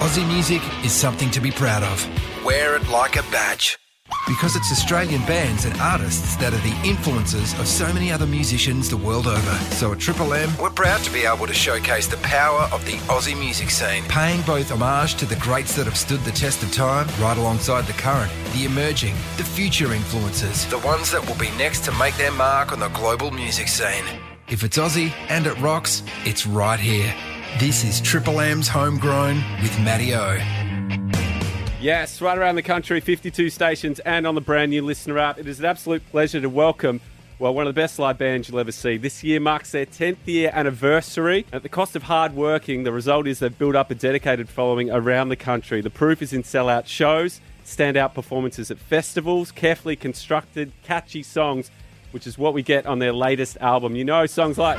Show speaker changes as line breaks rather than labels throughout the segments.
Aussie music is something to be proud of. Wear it like a badge. Because it's Australian bands and artists that are the influences of so many other musicians the world over. So at Triple M, we're proud to be able to showcase the power of the Aussie music scene, paying both homage to the greats that have stood the test of time, right alongside the current, the emerging, the future influences, the ones that will be next to make their mark on the global music scene. If it's Aussie and it rocks, it's right here. This is Triple M's Homegrown with Matty O.
Yes, right around the country, 52 stations, and on the brand new listener app. It is an absolute pleasure to welcome, well, one of the best live bands you'll ever see. This year marks their 10th year anniversary. At the cost of hard working, the result is they've built up a dedicated following around the country. The proof is in sellout shows, standout performances at festivals, carefully constructed, catchy songs, which is what we get on their latest album. You know, songs like.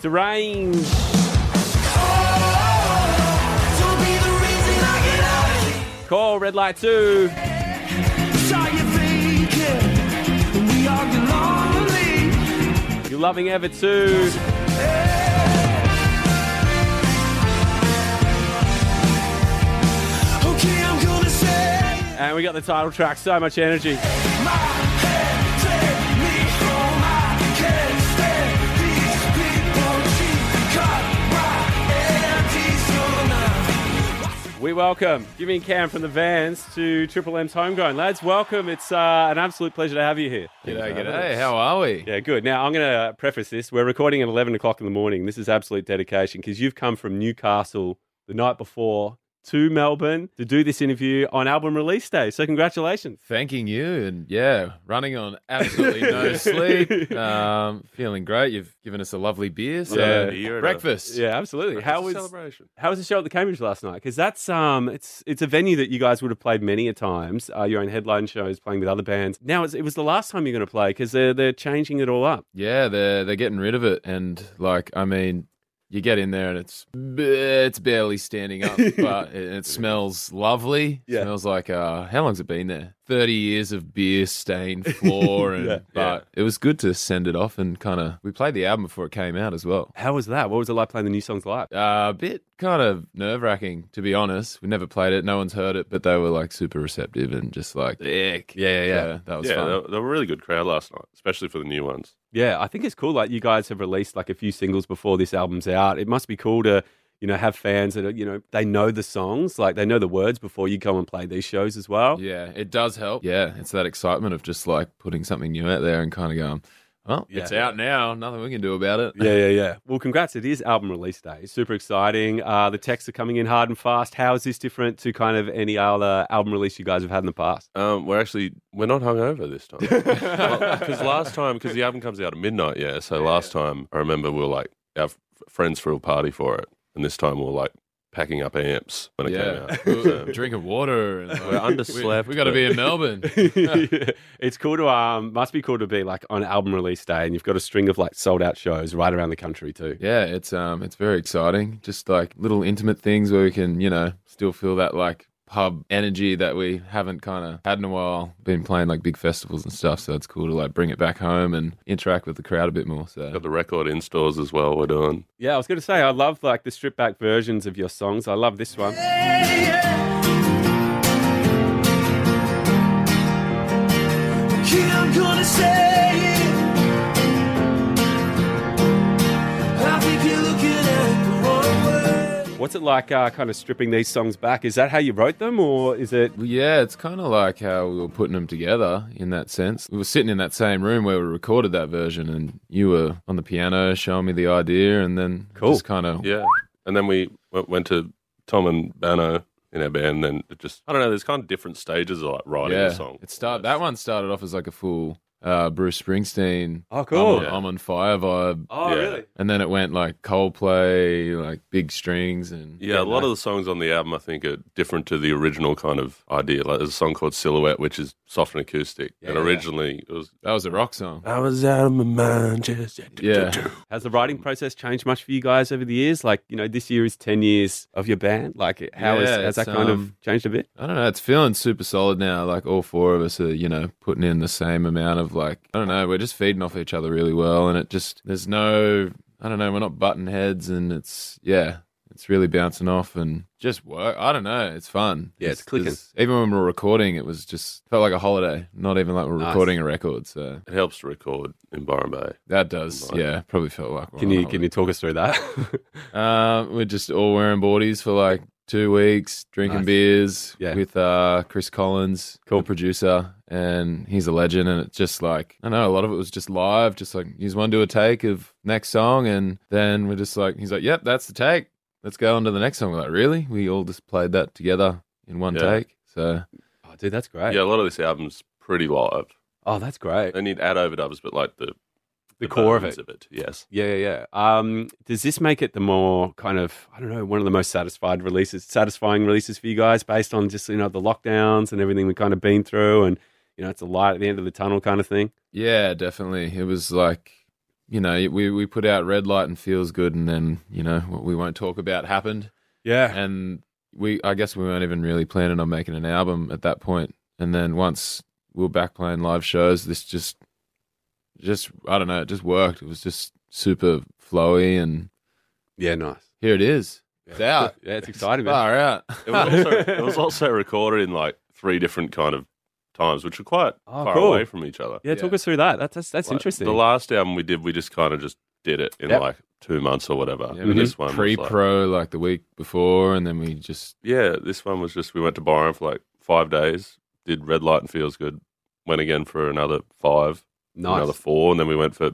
Deranged. Call red light two. You're loving ever too. And we got the title track, so much energy. We welcome Jimmy and Cam from the Vans to Triple M's Homegrown. Lads, welcome. It's uh, an absolute pleasure to have you here.
G'day, g'day. How are we?
Yeah, good. Now, I'm going to preface this. We're recording at 11 o'clock in the morning. This is absolute dedication because you've come from Newcastle the night before to Melbourne to do this interview on album release day. So, congratulations.
Thanking you, and yeah, running on absolutely no sleep. Um, feeling great. You've given us a lovely beer, so
Yeah.
Beer,
breakfast.
Yeah, absolutely. How was
celebration?
how was the show at the Cambridge last night? Because that's um, it's it's a venue that you guys would have played many a times. Uh, your own headline shows, playing with other bands. Now it's, it was the last time you're going to play because they're they're changing it all up.
Yeah, they're they're getting rid of it, and like I mean, you get in there and it's it's barely standing up, but it, it smells lovely.
Yeah.
smells like uh, how long's it been there? Thirty years of beer stained floor, and
Yeah.
but it was good to send it off and kind of we played the album before it came out as well.
How was that? What was it like playing the new songs live?
Uh, a bit kind of nerve wracking, to be honest. We never played it, no one's heard it, but they were like super receptive and just like, yeah, yeah, yeah. So that was
yeah,
fun.
they, they were a really good crowd last night, especially for the new ones.
Yeah, I think it's cool. Like you guys have released like a few singles before this album's out. It must be cool to you know have fans that are, you know they know the songs, like they know the words before you go and play these shows as well.
Yeah, it does help. Yeah, it's that excitement of just like putting something new out there and kind of going, well, it's
Yeah.
out now. Nothing we can do about it.
Yeah, yeah, yeah. Well, congrats. It is album release day. Super exciting. Uh, the texts are coming in hard and fast. How is this different to kind of any other album release you guys have had in the past?
Um, we're actually we're not hungover this time because last time because the album comes out at midnight. Yeah, so last time I remember we were like our f- friends threw a party for it, and this time we were like packing up amps when it
Yeah,
came out. So,
drinking water. And, like,
We're underslept,
We, got to
but-
be in Melbourne.
it's cool to um must be cool to be like on album release day and you've got a string of like sold out shows right around the country too.
yeah, it's um, it's very exciting. Just like little intimate things where we can, you know, still feel that like pub energy that we haven't kind of had in a while. Been playing like big festivals and stuff, so it's cool to like bring it back home and interact with the crowd a bit more. So
got the record in stores as well. We're doing.
Yeah, I was gonna say I love like the stripped back versions of your songs. I love this one. What's it like uh, kind of stripping these songs back? Is that how you wrote them or is it
Well, yeah, it's kind of like how we were putting them together in that sense. We were sitting in that same room where we recorded that version, and you were on the piano showing me the idea, and then
Cool.
just kind of
Yeah, and then we went, went to Tom and Bano in our band. And then it just I don't know. There's kind of different stages of like writing a song.
It start that one started off as like a full uh, Bruce Springsteen.
Oh, cool.
I'm, on- I'm on fire vibe,
Oh
Yeah.
really?
and then it went like Coldplay, like big strings, and
Yeah, a lot of the songs on the album I think are different to the original kind of idea. Like there's a song called Silhouette, which is soft and acoustic, and
yeah.
originally it was.
that was a rock song.
I was out of my mind, just
Yeah.
Has the writing process changed much for you guys over the years? Like, you know, this year is 10 years of your band. Like, how has-
Yeah,
has that
it's,
kind
um,
of changed a bit?
I don't know. It's feeling super solid now. Like all four of us are, you know, putting in the same amount of like I don't know. We're just feeding off each other really well, and it just there's no I don't know, we're not button heads and it's yeah, it's really bouncing off and just work. I don't know, it's fun.
Yeah, it's clicking.
there's- Even when we were recording, it was just felt like a holiday. Not even like we we're
Nice.
recording a record, so
It helps to record in Byron Bay.
that does.
Right.
Yeah, probably felt like. we're
Can
on
you
holiday.
can you talk us through that?
Um, we're just all wearing boardies for like two weeks, drinking
Nice.
beers
Yeah.
with uh, Chris Collins, cool producer, and he's a legend. And it's just like I don't know a lot of it was just live, just like he's one do a take of next song, and then we're just like he's like, "Yep, that's the take. Let's go on to the next song." We're like, "Really?" We all just played that together in one
Yeah.
take. So
oh, dude, that's great.
Yeah, a lot of this album's pretty live.
Oh, that's great.
They need add overdubs, but like the
The core of
bones
it.
Yes.
Yeah, yeah. yeah. Um, does this make it the more kind of I don't know one of the most satisfied releases, satisfying releases for you guys, based on just you know the lockdowns and everything we kind of been through, and you know it's a light at the end of the tunnel kind of thing.
yeah, definitely, it was like. You know, we, we put out red light and feels good, and then you know what we won't talk about happened.
Yeah,
and we I guess we weren't even really planning on making an album at that point. And then once we were back playing live shows, this just just I don't know, it just worked. It was just super flowy and
yeah, nice.
here it is. It's out.
Yeah, it's exciting. man.
Far out.
It was, also, it was also recorded in like three different kind of times, which are quite
Oh,
far
cool.
away from each other.
Yeah, talk
Yeah.
us through that. That's that's, that's
Like,
interesting.
The last album we did, we just kind of just did it in
Yep.
like two months or whatever.
Yeah,
And
we
this
did
one was,
pre
like-
pro like the week before and then we just
yeah, this one was just we went to Byron for like five days, did Red Light and Feels Good, went again for another five, another
nice.
four, and then we went for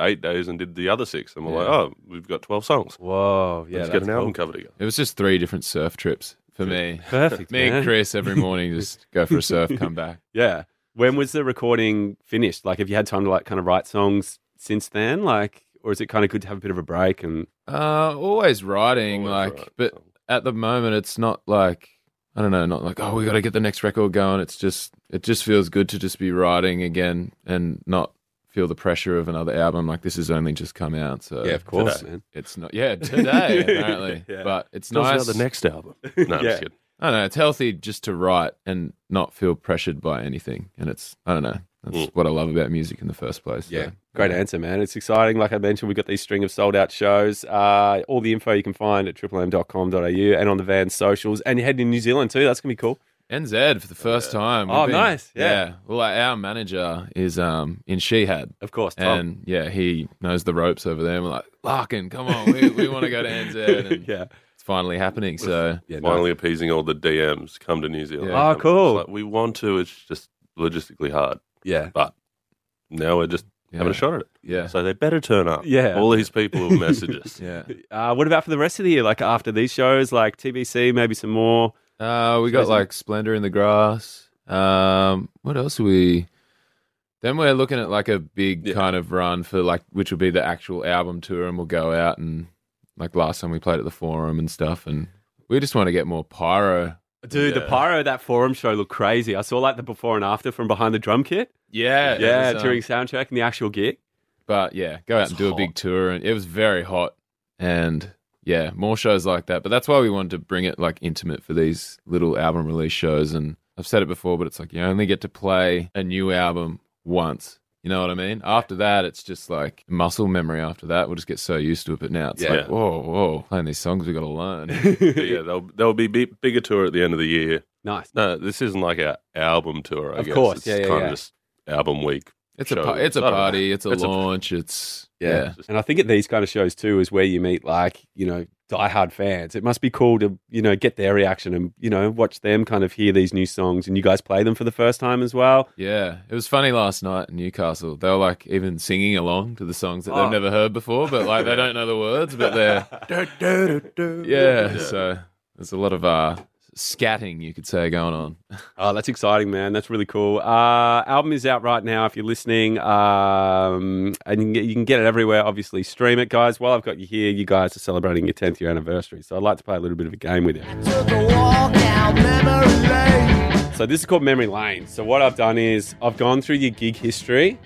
eight days and did the other six. And we're like,
Yeah.
oh, we've got twelve songs.
Whoa, yeah,
Let's get
that's
an album
cool.
cover together.
it was just three different surf trips for me.
Perfect,
Me
man.
and Chris every morning just go for a surf, come back.
Yeah. When was the recording finished? Like, have you had time to like kind of write songs since then? Like, or is it kind of good to have a bit of a break and
Uh always writing,
Always
like
right,
but
so.
at the moment it's not like I don't know, not like oh we got to get the next record going. It's just it just feels good to just be writing again and not feel the pressure of another album. Like this has only just come out, so
uh,
today.
man.
it's not yeah today apparently,
Yeah.
but it's
Tell us
nice.
about the next album. No, I'm
Yeah.
just kidding.
I don't know. It's healthy just to write and not feel pressured by anything, and it's I don't know. That's
Mm.
what I love about music in the first place. so,
Yeah. Great answer, man. It's exciting. Like I mentioned, we've got these string of sold out shows. Uh, all the info you can find at triplem.com.au and on the van socials. And you're heading to New Zealand too. That's going to be cool.
NZ for the first time.
Oh, nice, yeah.
Well, like, our manager is um in Shehad.
Of course. Tom.
And yeah, he knows the ropes over there. And we're like, Larkin, come on, we, we want to go to NZ. And
yeah.
it's finally happening. So
Yeah.
Finally appeasing all the DMs. Come to New Zealand.
Yeah.
Oh,
Come-
cool.
it's like, we want to. It's just logistically hard,
Yeah.
but now we're just
yeah,
having a shot at it.
Yeah.
So they better turn up.
Yeah.
All these people will message us.
Yeah.
Uh, what about for the rest of the year? Like after these shows, like TBC, maybe some more.
Uh, we got
Amazing.
like Splendor in the Grass. Um, what else are we? Then we're looking at like a big
Yeah.
kind of run for like, which will be the actual album tour, and we'll go out and like last time we played at the Forum and stuff, and we just want to get more pyro.
Dude, the
Yeah.
pyro of that forum show looked crazy. I saw like the before and after from behind the drum kit.
Yeah, uh,
Yeah, during soundtrack and the actual gig.
But yeah, go out and do a big tour, and it was very hot, and yeah, more shows like that. But that's why we wanted to bring it like intimate for these little album release shows. And I've said it before, but it's like you only get to play a new album once. You know what I mean? After that, it's just like muscle memory. After that, we'll just get so used to it. But now it's
Yeah.
like, whoa, whoa, playing these songs, we got to learn.
But yeah, there'll, there'll be bi- bigger tour at the end of the year.
Nice.
No, this isn't like our album tour, I
Of
guess.
course.
It's
Yeah, yeah,
kind
yeah.
of just album week.
It's a
Show.
pa- it's a
I don't know.
party, it's a
It's a-
launch, it's
Yeah.
Just-
And I think at these kind of shows too is where you meet like, you know, diehard fans. It must be cool to, you know, get their reaction and, you know, watch them kind of hear these new songs and you guys play them for the first time as well.
Yeah, it was funny last night in Newcastle. They were like even singing along to the songs that
Oh.
they've never heard before, but like they don't know the words, but they're yeah.
Yeah.
So there's a lot of uh scatting, you could say, going on.
Oh, that's exciting, man. That's really cool. Uh, album is out right now if you're listening. Um, and you can, get, you can get it everywhere, obviously. Stream it, guys. While I've got you here, you guys are celebrating your 10th year anniversary. So I'd like to play a little bit of a game with you.
Took a walk down memory lane.
So this is called memory lane. So what I've done is I've gone through your gig history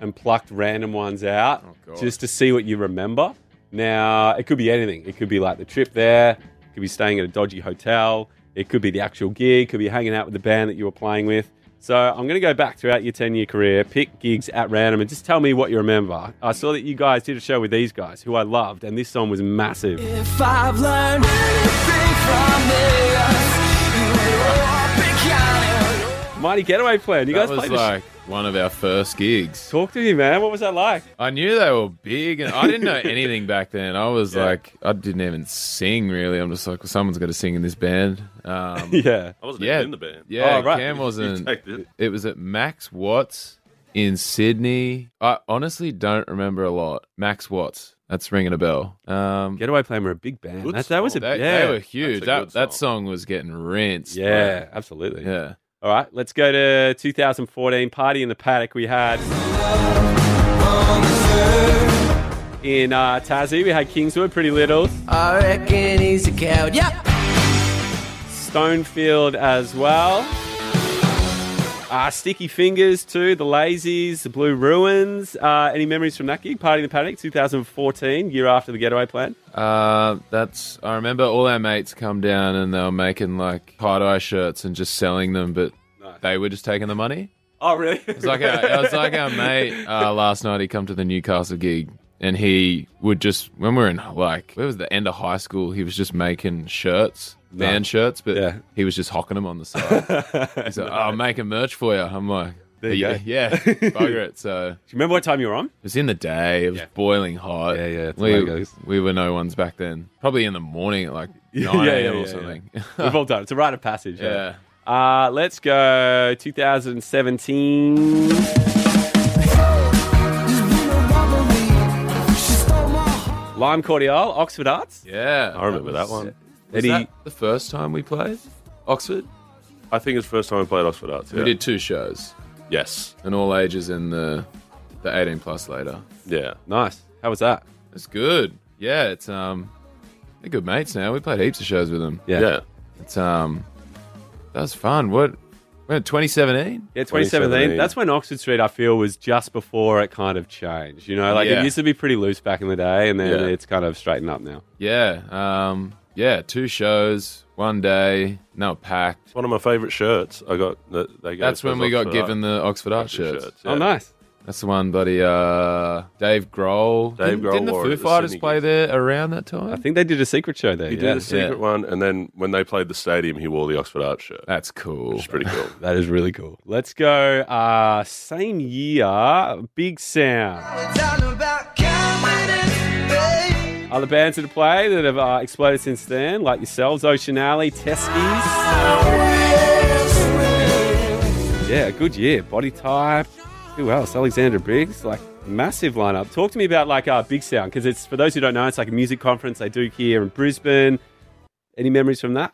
and plucked random ones out
Oh, God.
just to see what you remember. Now it could be anything. It could be like the trip there. It could be staying at a dodgy hotel. It could be the actual gig. It could be hanging out with the band that you were playing with. So I'm going to go back throughout your 10 year career, pick gigs at random, and just tell me what you remember. I saw that you guys did a show with these guys, who I loved, and this song was massive.
If I've learned anything from this, you will all be counted.
Mighty Getaway Plan. You
That
guys
was
played
like one of our first gigs.
Talk to me, man. What was that like?
I knew they were big, and I didn't know anything back then. I was like, I didn't even sing really. I'm just like, well, someone's got to sing in this band. Um,
Yeah.
I wasn't
yeah,
even in the band.
Yeah,
Oh, right.
Cam wasn't.
take this.
It was at Max Watts in Sydney. I honestly don't remember a lot. Max Watts. That's ringing a bell. Um,
Getaway Plan were a big band.
Good
That, that was a
they, they
yeah.
were huge.
a
That
good
that song
song.
was getting rinsed.
yeah,
like,
absolutely.
yeah.
All right, let's go to 2014 Party in the Paddock. We had in uh, Tassie, we had Kingswood, Pretty Little,
I reckon he's a coward. Yep.
Stonefield as well. Uh, Sticky Fingers too, The Lazies, The Blue Ruins. Uh, any memories from that gig? Party in the Paddock 2014, year after the Getaway Plan.
Uh, that's. I remember all our mates come down and they were making like tie dye shirts and just selling them, but they were just taking the money.
Oh, really?
It's like our, it was like our mate uh, last night. He come to the Newcastle gig and he would just when we were in like where was the end of high school, he was just making shirts. Band shirts, but
Yeah.
he was just hocking them on the side. He's like, oh, "I'll make a merch for you." I'm like,
There you
"Yeah,
go."
yeah, bugger it." So
Do you remember what time you were on?
it was in the day. It was boiling hot.
Yeah, yeah, that's how it
We,
goes.
we were no ones back then. Probably in the morning at like
Yeah,
9
yeah,
a.m.
yeah,
or
yeah.
something.
We've all done. it. It's a rite of passage.
Yeah.
Uh, let's go 2017. Lime Cordial, Oxford Arts.
Yeah.
I remember that,
was-
one.
Was
Eddie-
that the first time we played Oxford?
I think it's the first time I played Oxford Arts. Yeah.
We did two shows,
Yes.
and all ages and the the 18 plus later.
Yeah.
Nice. How was that?
It's good. Yeah, it's um, they're good mates now. We played heaps of shows with them.
Yeah.
Yeah.
It's um, that was fun. What? We're 2017.
Yeah, 2017.
2017.
That's when Oxford Street, I feel, was just before it kind of changed. You know, like
Yeah.
it used to be pretty loose back in the day, and then
Yeah.
it's kind of straightened up now.
Yeah. Um. Yeah. Two shows, one day. No packed.
One of my favorite shirts I got. That they gave
That's
us was
when we got
Oxford
given the
Arts
Oxford Art
shirts.
shirts.
yeah.
Oh, nice.
That's the one, bloody uh, Dave Grohl.
Dave
didn't,
Grohl
Didn't the
wore it
Foo
at the
Fighters
Sydney
play
gig.
there around that time?
I think they did a secret show there.
He
yeah.
did the secret one, and then when they played the stadium, he wore the Oxford Arts shirt.
that's cool.
It's pretty cool.
That is really cool. Let's go. Uh, same year, Big Sound. Other bands that have played that have uh, exploded since then, like yourselves, Ocean Alley, Teskies. Yeah, a good year. Body Type. Who else? Alexander Briggs. Like massive lineup. Talk to me about like uh, Big Sound because it's for those who don't know, it's like a music conference they do here in Brisbane. Any memories from that?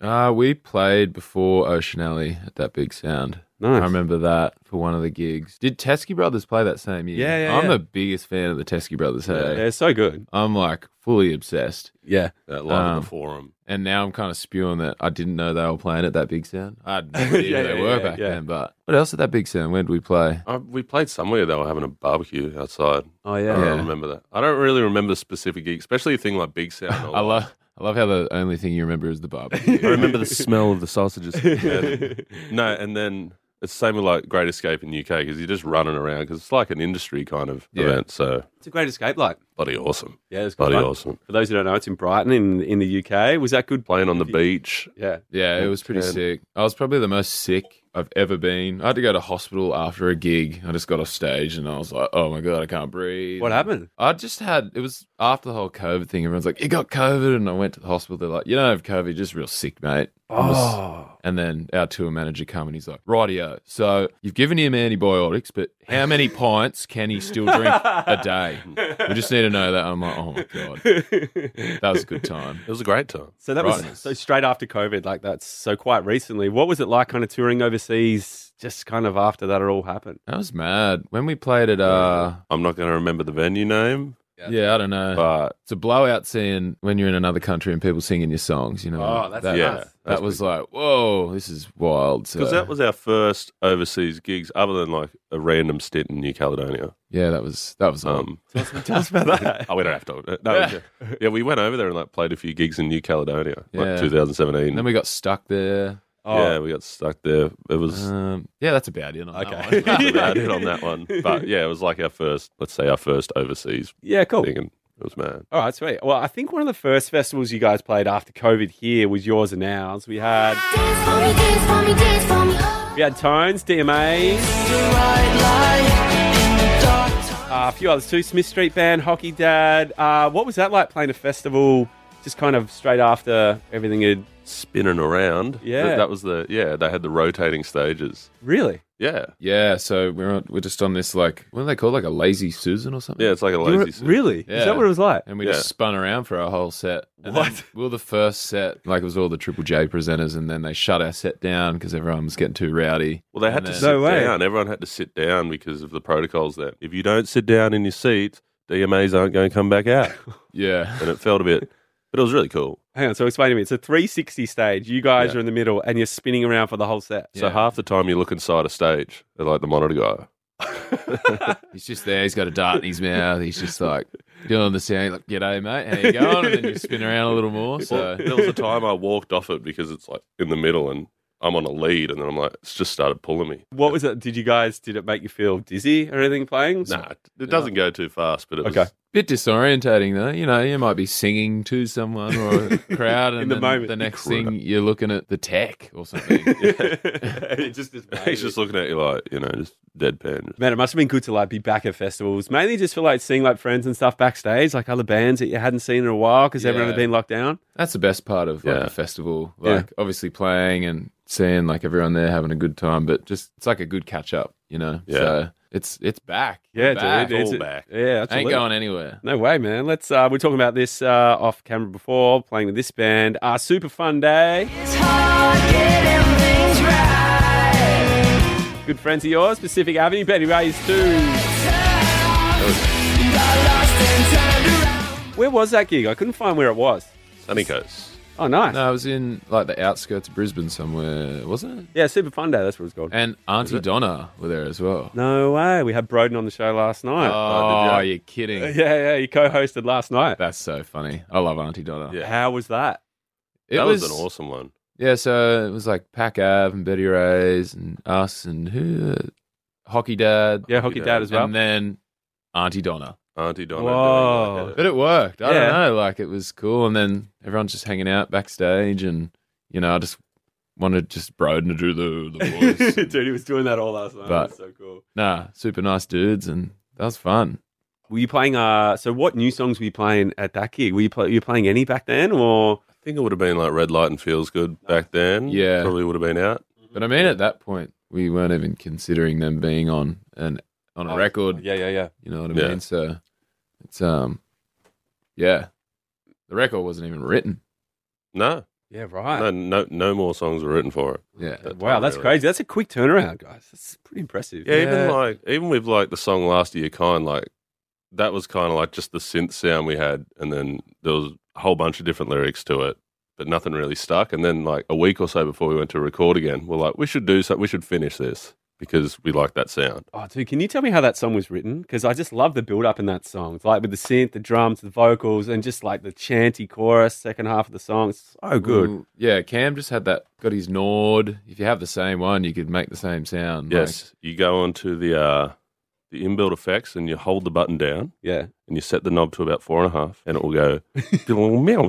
Uh, we played before Ocean Alley at that big sound.
Nice.
I remember that for one of the gigs. Did Teskey Brothers play that same year?
Yeah, yeah,
I'm
yeah.
the biggest fan of the Teskey Brothers.
Uh,
Hey,
They're so good.
I'm like fully obsessed.
Yeah.
That live in
Um,
the forum.
And now I'm kind of spewing that I didn't know they were playing at that big sound. I had no
Yeah,
idea who they
yeah,
were
yeah,
back
yeah.
then. But what else at that big sound? When did we play?
Uh, we played somewhere. They were having a barbecue outside.
Oh
I don't
Yeah.
remember that. I don't really remember specific gigs, especially a thing like Big Sound.
I love, I love how the only thing you remember is the barbecue.
I remember the smell of the sausages. And- no, and then it's the same with like Great Escape in UK because you're just running around because it's like an industry kind of
Yeah.
event. So
It's a great escape light.
bloody awesome,
Yeah, it's good.
bloody
fun.
awesome.
For those who don't know, it's in Brighton in in the UK. Was that good?
Playing on the beach.
Yeah.
Yeah, it was pretty
Ten.
sick. I was probably the most sick I've ever been. I had to go to hospital after a gig. I just got off stage and I was like, oh my God, I can't breathe.
What happened?
I just had, it was after the whole COVID thing. Everyone's like, you got COVID. And I went to the hospital. They're like, you don't have COVID, you're just real sick, mate. I was-
Oh.
Oh.
And then our tour manager come and he's like, rightio. So you've given him antibiotics, but how many pints can he still drink a day? We just need to know that. I'm like, oh my God, that was a good time.
It was a great time.
So that was
Right.
so straight after COVID, like that's so quite recently. What was it like kind of touring overseas just kind of after that it all happened?
That was mad. When we played at, uh,
I'm not going to remember the venue name,
yeah, I don't know.
but
it's a blowout seeing when you're in another country and people singing your songs. You know,
Oh, that's
that,
yeah,
nuts.
that
uh,
was like, whoa, this is wild. So,
because that was our first overseas gigs, other than like a random stint in New Caledonia.
yeah, that was that was. Um,
Um, oh, we don't have to. No, yeah. yeah, we Oh. went over there and like played a few gigs in New Caledonia,
Yeah.
like 2017.
and then we got stuck there.
Yeah, we got stuck there. It was
Um, yeah, that's about it. On
Okay.
That one.
about it on that one. But yeah, it was like our first, let's say, our first overseas
Yeah, cool.
thing, and it was mad.
All right, sweet. Well, I think one of the first festivals you guys played after COVID here was yours and ours. We had
Dance for me, dance for me, dance for me.
we had Tones, DMA, uh, a few others too, Smith Street Band, Hockey Dad. Uh, what was that like playing a festival just kind of straight after everything had
Spinning around.
Yeah.
That, that was the, yeah, they had the rotating stages.
really?
Yeah.
yeah, so we're on, we're just on this like what are they called like a lazy Susan or
Mm.
something?
Yeah, it's like a
You were-
lazy suit.
really? Is
Yeah.
that what it was like?
and we
Yeah.
just spun around for our whole set. And then
What?
we were the first set, like it was all the Triple J presenters, and then they shut our set down because everyone was getting too rowdy.
Well, they had
And
to
then-
sit
No way.
down. Everyone had to sit down because of the protocols there. If you don't sit down in your seat, DMAs aren't going to come back out.
yeah,
and it felt a bit, but it was really cool.
Hang on, so explain to me. It's a 360 stage. You guys
Yeah.
are in the middle and you're spinning around for the whole set.
So
Yeah.
half the time you look inside a stage at like the monitor guy.
he's just there. He's got a dart in his mouth. He's just like doing the sound, like "G'day, mate, how you going?" And then you spin around a little more.
Well,
So
there was a time I walked off it because it's like in the middle and I'm on a lead and then I'm like, it's just started pulling me.
What was it? Did you guys, did it make you feel dizzy or anything playing?
Nah, it doesn't go too fast, but it
Okay.
was
bit disorientating though. You know, you might be singing to someone or a crowd, and
the
then
moment.
the next
Crowd.
thing you're looking at the tech or something.
it just is
He's just looking at you like, you know, just deadpan.
Man, it must have been good to like be back at festivals, mainly just for like seeing like friends and stuff backstage, like other bands that you hadn't seen in a while because everyone had
Yeah.
been locked down.
That's the best part of like
Yeah.
a festival.
Yeah.
Like obviously playing and seeing like everyone there having a good time, but just it's like a good catch up, you know.
Yeah.
So it's it's back.
Yeah,
back.
dude,
all
it-
back.
Yeah,
ain't
absolutely.
going anywhere.
No way, man. Let's. Uh, we we're talking about this uh, off camera before playing with this band. Uh, super fun day.
It's hard getting things right.
Good friends of yours, Pacific Avenue, Betty Ray's too.
Got lost and turned around.
Where was that gig? I couldn't find where it was.
Sunny Coast.
Oh, nice.
No, I was in like the outskirts of Brisbane somewhere, wasn't it?
Yeah, super fun day. That's what it's called.
And Auntie Donna were there as well.
no way. We had Broden on the show last night.
Oh,
Oh, did
you're kidding.
yeah, yeah. You co-hosted last night.
That's so funny. I love Auntie Donna.
Yeah.
How was that?
It
that was,
was
an awesome one.
Yeah, so it was like Pack Av and Betty Ray's and us and who? Hockey Dad.
Yeah, hockey
Dad.
dad as well.
And then Auntie Donna.
Auntie Donna.
Whoa.
doing like a-
But it worked.
Yeah.
I don't know. Like it was cool. And then everyone's just hanging out backstage. And, you know, I just wanted just Broden to do the, the voice. and-
Dude, he was doing that all last night.
But-
That's so cool.
nah, super nice dudes. And that was fun.
Were you playing? Uh, so what new songs were you playing at that gig? Were you, play, you playing any back then, or
I think it would have been like Red Light and Feels Good back then.
Yeah.
Probably would have been out.
But I mean, at that point, we weren't even considering them being on an on a record.
Yeah, yeah, yeah.
You know what I
Yeah.
mean? So it's, um, yeah. The record wasn't even written.
No,
Yeah, right.
no, no, no more songs were written for it.
Yeah.
at that
wow,
time,
that's
really.
crazy. That's a quick turnaround, guys. That's pretty impressive.
Yeah,
Yeah.
even like even with like the song "Last of Your Kind," like that was kind of like just the synth sound we had, and then there was a whole bunch of different lyrics to it, but nothing really stuck. And then like a week or so before we went to record again, we're like, we should do something. We should finish this because we like that sound.
Oh, dude, can you tell me how that song was written? Because I just love the build up in that song. It's like with the synth, the drums, the vocals, and just like the chanty chorus, second half of the song. It's so good.
Ooh, yeah, Cam just had that. Got his Nord. If you have the same one, you could make the same sound. like-
Yes, you go onto the uh, the inbuilt effects and you hold the button down.
Yeah.
And you set the knob to about four and a half, and it will go,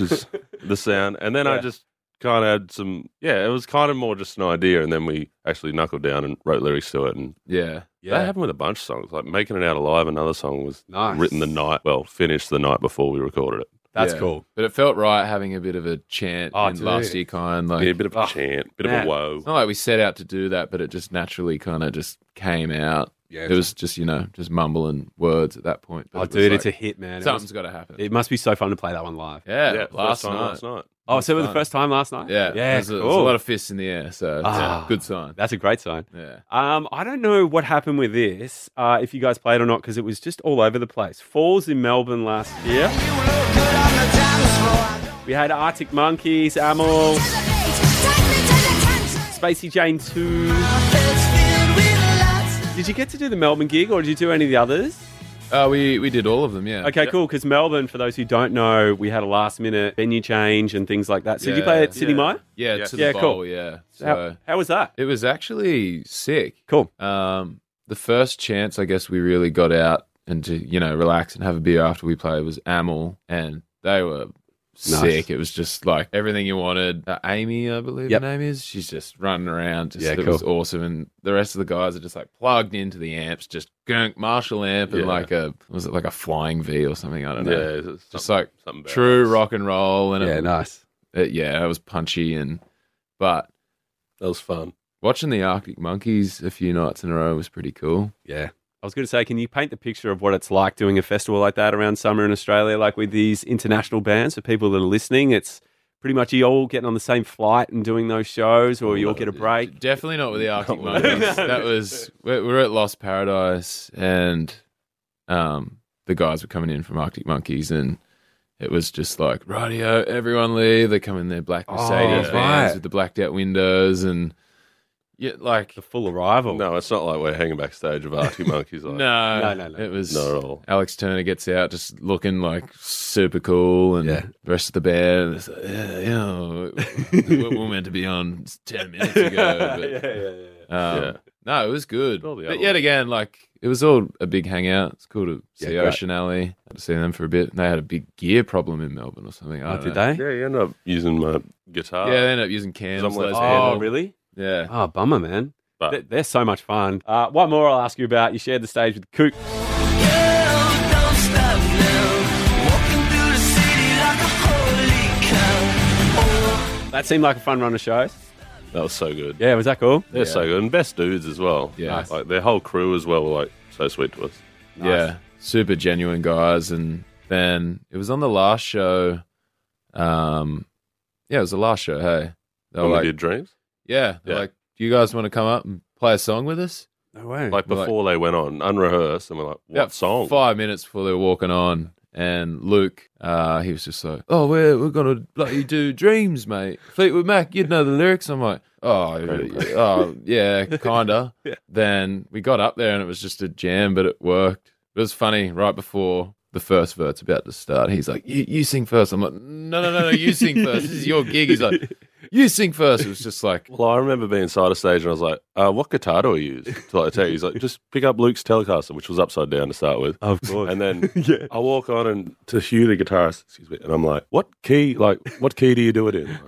is the sound. And then I
Yeah.
just kind of had some, yeah, it was kind of more just an idea. And then we actually knuckled down and wrote lyrics to it. And
yeah.
that happened with a bunch of songs. Like Making It Out Alive, another song was
Nice.
written the night, well, finished the night before we recorded it.
That's
Yeah.
cool.
But it felt right having a bit of a chant
Oh,
in
dude.
last year kind. Like oh,
yeah, a bit of a chant, bit
man.
of a woe.
it's not like we set out to do that, but it just naturally kind of just came out.
Yeah.
It was just you know just mumbling words at that point. But
oh,
it was
dude,
like,
it's a hit, man. It,
something's
was,
got to happen.
it must be so fun to play that one live.
yeah,
first
last
time
night.
last night.
Oh, so it was the
fun.
first time last night?
Yeah,
Yeah,
There's a, there's a
cool.
lot of fists in the air, so it's
Ah.
a good sign.
That's a great sign.
Yeah,
Um, I don't know what happened with this, uh, if you guys played or not, because it was just all over the place. Falls in Melbourne last year. We had Arctic Monkeys, Amel, Spacey Jane 2. Did you get to do the Melbourne gig or did you do any of the others?
Uh, we we did all of them. Yeah.
Okay, cool. Because Melbourne, for those who don't know, we had a last minute venue change and things like that. So did you play at City
Yeah.
Mine?
Yeah.
Yeah.
To the
Yeah,
yeah,
cool.
bowl. Yeah. So
How, how was that?
it was actually sick.
Cool.
Um, the first chance I guess we really got out and to you know relax and have a beer after we played was Amel, and they were sick. It was just like everything you wanted. Uh, Amy, I believe
Yep.
her name is. She's just running around. Just,
Yeah,
it
cool.
was awesome. And the rest of the guys are just like plugged into the amps, just gunk Marshall amp and
Yeah.
like a was it like a flying V or something? I don't
Yeah,
know.
it's something-
Just like
something about
true
us.
rock and roll, and
Yeah,
it,
nice.
it- yeah, it was punchy and but
That was fun.
watching the Arctic Monkeys a few nights in a row was pretty cool.
Yeah. I was going to say, can you paint the picture of what it's like doing a festival like that around summer in Australia, like with these international bands? For people that are listening, it's pretty much you all getting on the same flight and doing those shows,
Oh,
or you all Oh, get a break.
Definitely not with the Arctic
Not with-
Monkeys. that was we we were at Lost Paradise, and um, the guys were coming in from Arctic Monkeys, and it was just like radio. Everyone leave. They come in their black Mercedes vans
Oh, right.
with the blacked out windows, and yeah, like
The full arrival.
No, it's not like we're hanging backstage of Arctic Monkeys. Like,
no,
No, no, no.
It was
Not at all.
Alex Turner gets out just looking like super cool, and
Yeah.
the rest of the band, it's like, yeah, yeah, we- we- we're meant to be on ten minutes ago, but.
yeah, yeah, yeah.
Um,
Yeah.
No, it was good.
All the
But
other
yet
ones.
again, like it was all a big hangout. It's cool to see
great.
Ocean Alley. Had to see them for a bit. And they had a big gear problem in Melbourne or something. I
Oh,
don't
did
know.
they?
Yeah, you end up using my guitar.
Yeah, they ended up using cams.
Someone-
those
Oh,
pedals.
Oh, really?
Yeah.
Oh, bummer, man.
But-
They- They're so much fun. Uh, one more I'll ask you about. You shared the stage with Kook.
Girl, don't stop now. Walking through the city like a holy cow.
That seemed like a fun run of shows.
That was so good.
Yeah, was that cool?
They're so good. And best dudes as well.
Yeah. Nice.
Like their whole crew as well were like so sweet to us.
Yeah. Super genuine guys. And then it was on the last show. Um, yeah, it was the last show. Hey. They were
When
like,
Oh, we did dreams.
yeah. they're
Yeah.
Like, do you guys want to come up and play a song with us?
No way.
Like
We're like-
before they went on, unrehearsed, and we're like, what
Yeah,
song?
Five minutes before they were walking on, and Luke, uh, he was just like, "Oh, we're we're gonna bloody do dreams, mate. Fleetwood Mac, you'd know the lyrics." I'm like, "Oh, yeah, oh yeah, kinda." Then we got up there, and it was just a jam, but it worked. It was funny. Right before the first verse about to start, he's like, "You you sing first. I'm like, "No, no, no, no, you sing first. This is your gig." He's like, "You sing first. It was just like,
Well, I remember being side of stage and I was like, uh, what guitar do I use? To like take? He's like, just pick up Luke's Telecaster, which was upside down to start with.
Of course.
And then I walk on and to Hugh, the guitarist, excuse me, and I'm like, what key, like, what key do you do it in?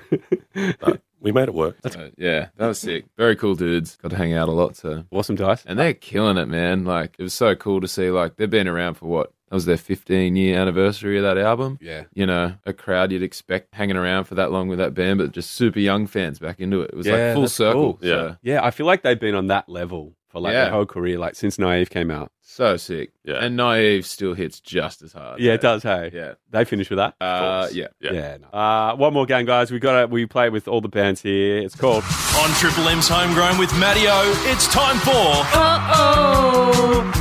Like, "Uh, we made it work.
uh, "Yeah, that was sick. Very cool dudes. Got to hang out a lot, so."
awesome, Dice.
And they're killing it, man. Like it was so cool to see. Like they've been around for what? That was their 15 year anniversary of that album.
Yeah.
You know, a crowd you'd expect hanging around for that long with that band, but just super young fans back into it. It was
Yeah,
like full
that's
circle.
cool.
Yeah.
Yeah.
So,
Yeah, I feel like they've been on that level for like
Yeah.
their whole career, like since Naive came out.
so sick.
Yeah.
And Naive still hits just as hard.
Yeah,
eh?
it does. Hey,
Yeah.
they finished with that.
Uh, yeah.
Yeah.
no. Uh, one more game, guys. We got to, we play with all the bands here. It's called.
On Triple M's Homegrown with Mattio, it's time for
Oh,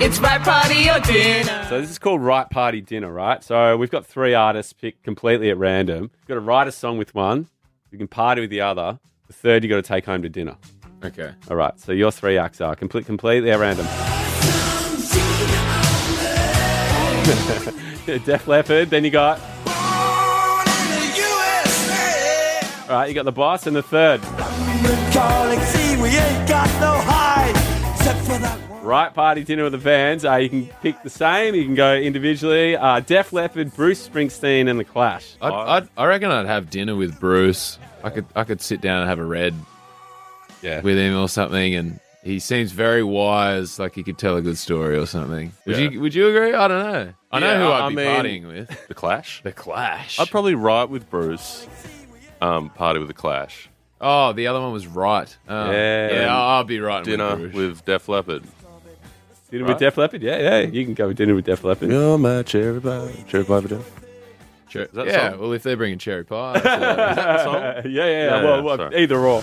it's my party or dinner.
So this is called Right Party Dinner, right? So we've got three artists picked completely at random. You've got to write a song with one. You can party with the other. The third, you got to take home to dinner.
Okay.
All right. So your three acts are complete, completely at random. Def Leppard. Then you got. All right. You got the boss and the third. Right party dinner with the Vans. Uh, you can pick the same. You can go individually. Uh, Def Leppard, Bruce Springsteen, and the Clash.
I'd, I'd, I reckon I'd have dinner with Bruce. I could I could sit down and have a red
Yeah.
with him or something, and he seems very wise. Like he could tell a good story or something. Would
Yeah.
you Would you agree? I don't know. I
Yeah,
know who I'd
I
be
mean-
partying with.
The Clash.
The Clash.
I'd probably write with Bruce, um, party with the Clash,
oh, the other one was right. Um,
Yeah.
I'll be right.
dinner
with, Bruce.
with Def Leppard.
Dinner with Def Leppard. Yeah, yeah. You can go with dinner with Def Leppard.
You're my cherry pie, cherry pie Def.
Cher-
that
yeah.
song?
Well, if they're bringing cherry pie, so-
yeah, yeah, yeah.
Yeah,
well,
yeah,
well,
sorry.
either or.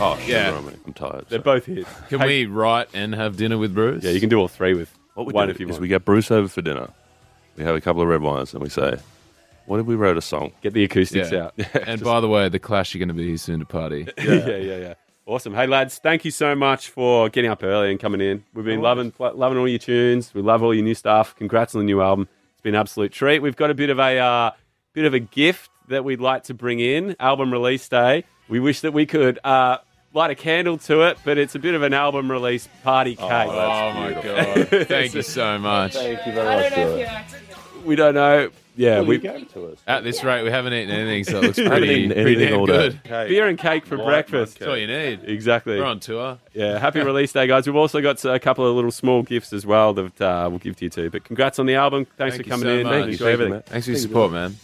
Oh, shit,
Yeah.
I'm- I'm tired.
They're both hits.
can we write and have dinner with Bruce?
Yeah, you can do all three with
What we
one
do
if you
is
want.
we
We
get Bruce over for dinner. We have a couple of red wines and we say, "What if we wrote a song?"
get the acoustics
Yeah.
out.
and by the way, the Clash are going to be here soon to party.
yeah, yeah, yeah. Awesome. Hey, lads, thank you so much for getting up early and coming in. We've been loving pl- loving all your tunes. We love all your new stuff. Congrats on the new album. It's been an absolute treat. We've got a bit of a uh, bit of a gift that we'd like to bring in. Album release day. We wish that we could uh, light a candle to it, but it's a bit of an album release party cake.
Oh my god! Thank you so much.
Thank you very much. Stuart.
We don't know. Yeah, we
gave it to us.
At this rate, we haven't eaten anything, so it looks
haven't
pretty,
eaten
pretty
anything
damn
all
good.
day.
beer and cake for breakfast.
That's all you need.
Exactly.
We're on tour.
Yeah, happy release day, guys. We've also got a couple of little small gifts as well that uh, we'll give to you too. But congrats on the album. Thanks
Thank
for
you
coming
so
in.
much.
Enjoy everything.
Thanks for your support, man.